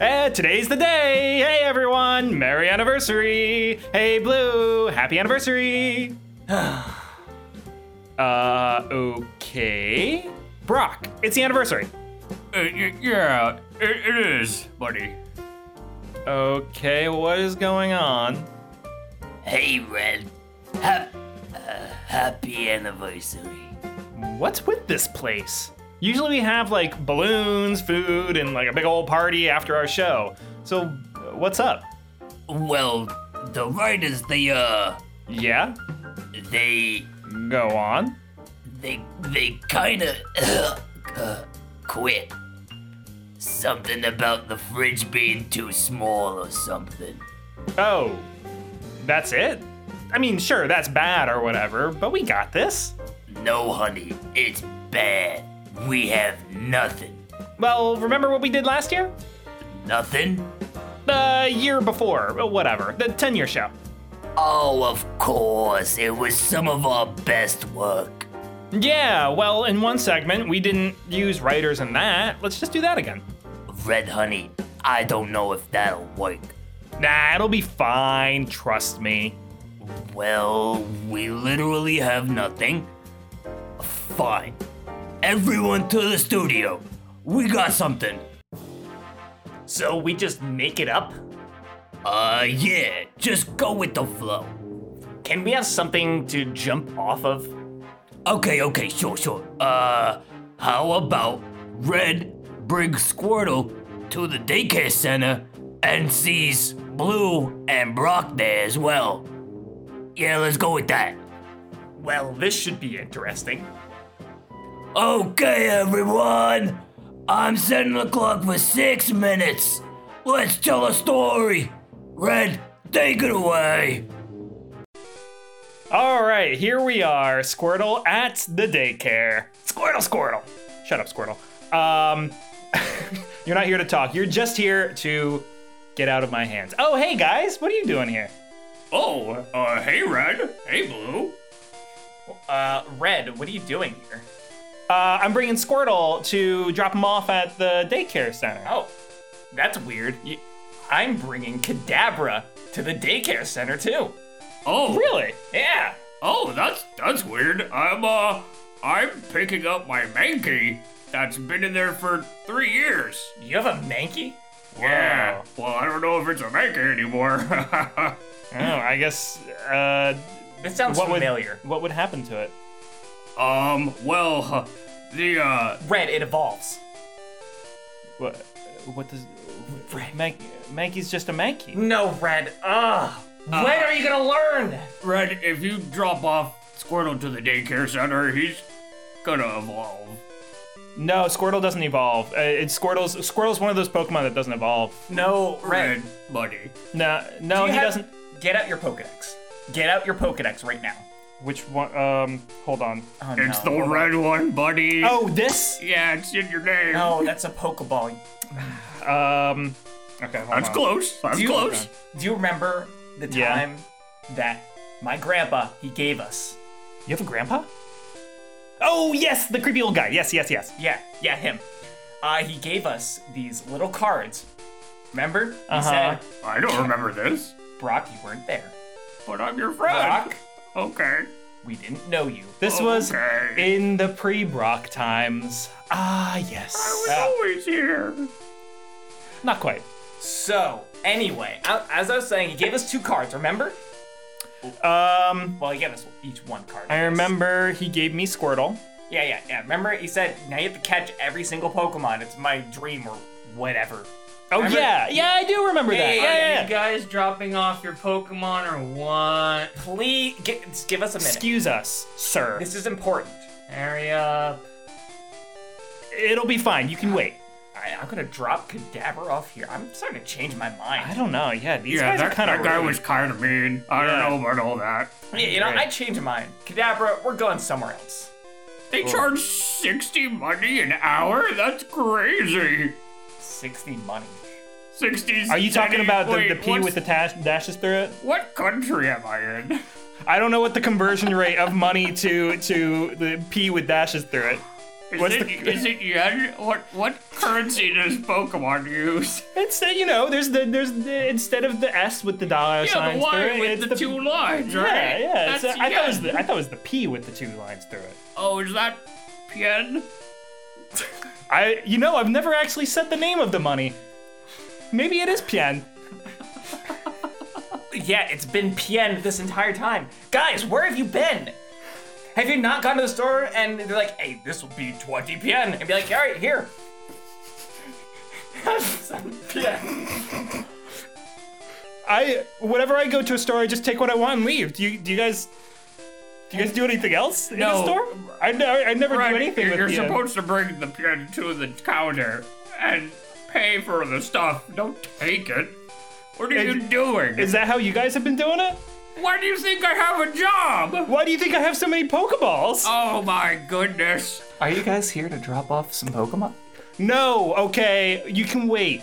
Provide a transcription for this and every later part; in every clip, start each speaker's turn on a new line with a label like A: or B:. A: And today's the day. Hey, everyone. Merry anniversary. Hey, Blue. Happy anniversary. uh, okay. Brock, it's the anniversary.
B: Uh, yeah, it, it is, buddy.
A: Okay, what is going on?
C: Hey, Red. Ha- uh, happy anniversary.
A: What's with this place? Usually we have like balloons, food, and like a big old party after our show. So, uh, what's up?
C: Well, the writers, they, uh,
A: Yeah?
C: they,
A: Go on.
C: they, they kinda, uh, quit. Something about the fridge being too small or something.
A: Oh, that's it? I mean, sure, that's bad or whatever, but we got this.
C: No, honey, it's bad. We have nothing.
A: Well, remember what we did last year?
C: Nothing?
A: The year before, uh, whatever, the 10 year show.
C: Oh, of course, it was some of our best work.
A: Yeah, well, in one segment, we didn't use writers in that. Let's just do that again.
C: Red Honey, I don't know if that'll work.
A: Nah, it'll be fine, trust me.
C: Well, we literally have nothing. Fine. Everyone to the studio. We got something.
B: So we just make it up?
C: Uh, yeah, just go with the flow.
B: Can we have something to jump off of?
C: Okay, okay, sure, sure. Uh, how about Red brings Squirtle to the daycare center and sees Blue and Brock there as well? Yeah, let's go with that.
B: Well, this should be interesting.
C: Okay, everyone. I'm setting the clock for six minutes. Let's tell a story. Red, take it away.
A: All right, here we are, Squirtle at the daycare. Squirtle, Squirtle. Shut up, Squirtle. Um, you're not here to talk. You're just here to get out of my hands. Oh, hey guys, what are you doing here?
B: Oh, uh, hey, Red. Hey, Blue.
D: Uh, Red, what are you doing here?
A: Uh, I'm bringing Squirtle to drop him off at the daycare center.
D: Oh, that's weird. You, I'm bringing Kadabra to the daycare center too.
B: Oh,
A: Really?
D: Yeah.
B: oh, that's that's weird. I'm uh, I'm picking up my Mankey that's been in there for three years.
D: You have a Mankey?
B: Yeah. Well, I don't know if it's a Mankey anymore.
A: Oh, I guess. Uh,
D: This sounds
A: what
D: familiar.
A: would what would happen to it?
B: um, well, huh, the uh,
D: Red, it evolves.
A: What? What does? Mank, Mankey's just a Mankey.
D: No, Red. Ugh. when are you gonna learn?
B: Red, if you drop off Squirtle to the daycare center, he's gonna evolve.
A: No, Squirtle doesn't evolve. Uh, it's Squirtle's. Squirtle's one of those Pokemon that doesn't evolve.
D: No, Red.
B: Red, buddy.
A: No, no,
D: Do
A: he
D: you have-
A: doesn't.
D: Get out your Pokedex. Get out your Pokedex right now.
A: Which one? Um, hold on.
D: Oh,
B: It's
D: no.
B: the red one, buddy.
A: Oh, this.
B: Yeah, it's in your name.
D: No, that's a Pokeball.
A: Um, okay, hold
B: That's
A: on.
B: close. That's
D: Do you,
B: close.
D: Do you remember the
A: Yeah.
D: time that my grandpa he gave us?
A: You have a grandpa? Oh yes, the creepy old guy. Yes, yes, yes.
D: Yeah, yeah, him. Uh, he gave us these little cards. Remember? He
A: Uh-huh.
D: said,
B: I don't remember this,
D: Brock, you weren't there.
B: but I'm your friend.
D: Brock,
B: Okay.
D: we didn't know you.
A: This was
B: Oh, Okay.
A: in the pre-Brock times. Ah, yes.
B: I was always here.
A: Not quite.
D: So, anyway, I- as I was saying, he gave us two cards, remember?
A: Um,
D: Well, he gave us each one card.
A: I remember he gave me Squirtle.
D: Yeah, yeah, yeah. Remember, he said, now you have to catch every single Pokemon. It's my dream or whatever.
A: Oh
D: Remember-
A: yeah, yeah, I do remember that.
D: Hey,
A: Yeah, yeah,
E: You
A: yeah.
E: guys dropping off your Pokemon or what?
D: Please, gi- just give us a minute.
A: Excuse us, sir.
D: This is important.
E: Hurry up.
A: It'll be fine. You can wait.
D: I, I'm gonna drop Cadaver off here. I'm starting to change my mind.
A: I don't know. Yeah, these
B: Yeah,
A: guys
B: that,
A: are kind
B: that
A: of
B: guy was kind of mean. I
A: Yeah.
B: don't know about all that.
D: Yeah, you know,
A: Right.
D: I changed mine. Kadabra, we're going somewhere else.
B: They charge 60 money an hour? That's crazy.
D: 60 money.
B: 60
A: Are you talking
B: city-
A: about the,
B: wait,
A: the P
B: what's-
A: with the tash, dashes through it?
B: What country am I in?
A: I don't know what the conversion rate of money to to the P with dashes through it. What's
B: it,
A: the-
B: is it yen? What what currency does Pokemon use?
A: It's the, you know, there's the there's the, instead of the S with the dollar
B: Yeah, the
A: sign through
B: one
A: it,
B: with
A: it's
B: the, two lines, right?
A: Yeah, yeah. It's
B: That's
A: a, I thought it was
B: yen.
A: the I thought it was the P with the two lines through it.
B: Oh, is that yen?
A: I you know I've never actually said the name of the money. Maybe it is Pien.
D: Yeah, it's been Pien this entire time. Guys, where have you been? Have you not gone to the store and they're like, hey, this will be 20 Pien? And be like, all right, here. Have some Pien.
A: I whenever I go to a store, I just take what I want and leave. Do you do you guys do you guys do anything else in the
B: No.
A: store? I, ne- I never
B: Right,
A: do anything
B: You're,
A: with Pien.
B: supposed to bring the yen to the counter and pay for the stuff. Don't take it. What are
A: Is-
B: you doing?
A: Is that how you guys have been doing it?
B: Why do you think I have a job?
A: Why do you think I have so many Pokeballs?
B: Oh my goodness.
D: Are you guys here to drop off some Pokemon?
A: no, okay, you can wait.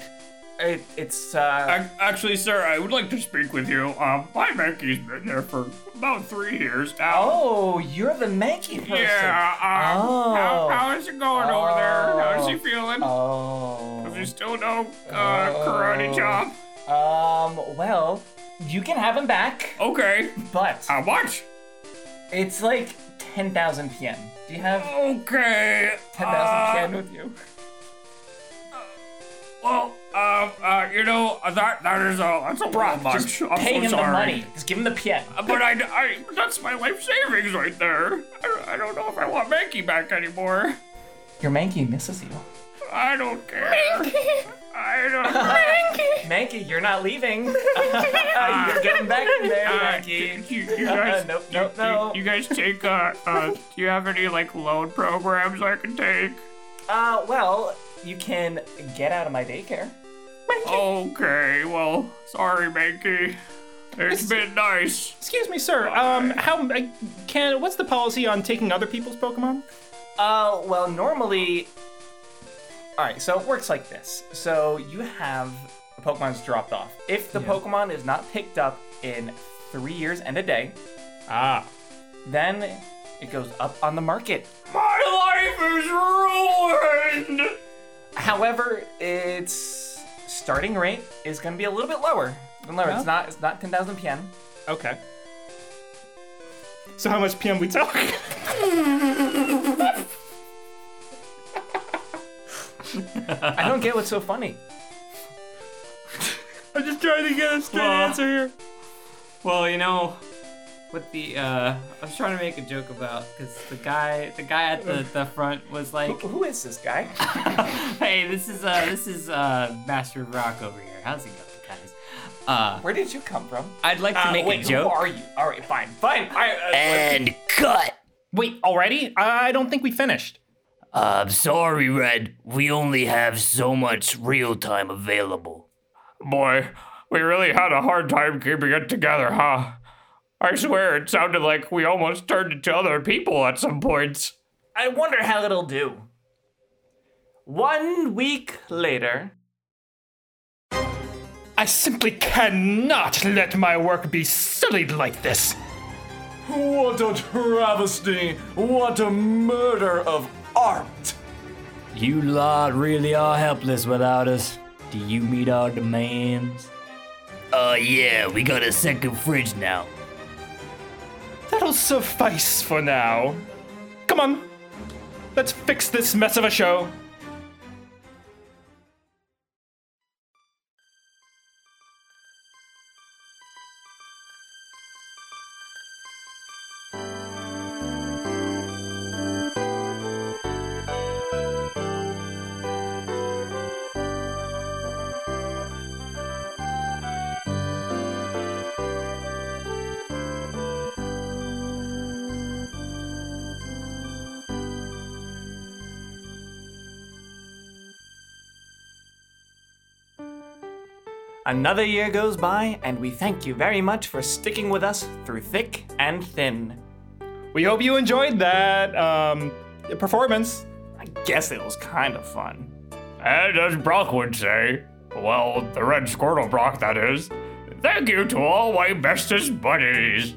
D: It, it's, uh.
B: Ac- Actually, sir, I would like to speak with you. Um, my Mankey's been there for about three years now.
D: Oh, you're the Mankey person.
B: yeah. Um, how,
D: Oh.
B: how is it going over there? How is he feeling?
D: Oh.
B: Is there still no uh, karate chop?
D: Um, well, you can have him back,
B: Okay.
D: but
B: How much?
D: it's like 10,000 Pien. Do you have
B: Okay.
D: 10,000
B: uh,
D: Pien with you?
B: Well, um, uh, you know uh, that that is a that's a
D: Brock,
B: little much.
D: just
B: I'm
D: pay
B: so
D: him
B: sorry.
D: the money. Just give him the Pien.
B: Uh, But I, I that's my life savings right there. I, I don't know if I want Mankey back anymore.
D: Your Mankey misses you.
B: I don't care. I don't care.
D: Mankey, you're not leaving. you're getting back in there,
B: Uh,
D: Mankey.
B: you, you- you
E: Uh,
B: guys,
D: Nope,
B: you-
D: nope,
B: you-
D: no.
B: You, guys take uh, uh, do you have any like loan programs I can take?
D: Uh, well, you can get out of my daycare.
B: Okay, well, sorry, Mankey. It's been nice.
A: Excuse me, sir. Um, how I can? What's the policy on taking other people's Pokemon?
D: Uh, well, normally. Alright, so it works like this. So you have the Pokemon's dropped off. If the Pokemon is not picked up in three years and a day,
A: Ah,
D: then it goes up on the market.
B: My life is ruined.
D: However, its starting rate is going to be a little bit lower. Than lower. It's not. It's not ten thousand yen.
A: okay. So how much PM we talk?
D: I don't get what's so funny.
A: I'm just trying to get a straight
E: Well,
A: answer here.
E: Well, you know, with the uh, I was trying to make a joke about because the guy, the guy at the, the front was like,
D: Who is this guy?
E: "Hey, this is uh, this is uh, Master Rock over here. How's it going, guys? Uh,
D: Where did you come from?
E: I'd like to
D: Uh,
E: make
D: wait,
E: a
D: who
E: joke.
D: are you? All right, fine, fine. I, uh,
C: And cut.
A: Wait, already? I don't think we finished.
C: I'm sorry, Red. We only have so much real time available.
B: Boy, we really had a hard time keeping it together, huh? I swear it sounded like we almost turned into other people at some points.
D: I wonder how it'll do. One week later.
A: I simply cannot let my work be sullied like this.
D: What a travesty! What a murder of art!
C: You lot really are helpless without us. Do you meet our demands? Uh, yeah, we got a second fridge now.
A: That'll suffice for now. Come on, let's fix this mess of a show.
D: Another year goes by, and we thank you very much for sticking with us through thick and thin.
A: We hope you enjoyed that um, performance.
D: I guess it was kind of fun.
B: And as Brock would say, well, the red Squirtle Brock, that is, thank you to all my bestest buddies.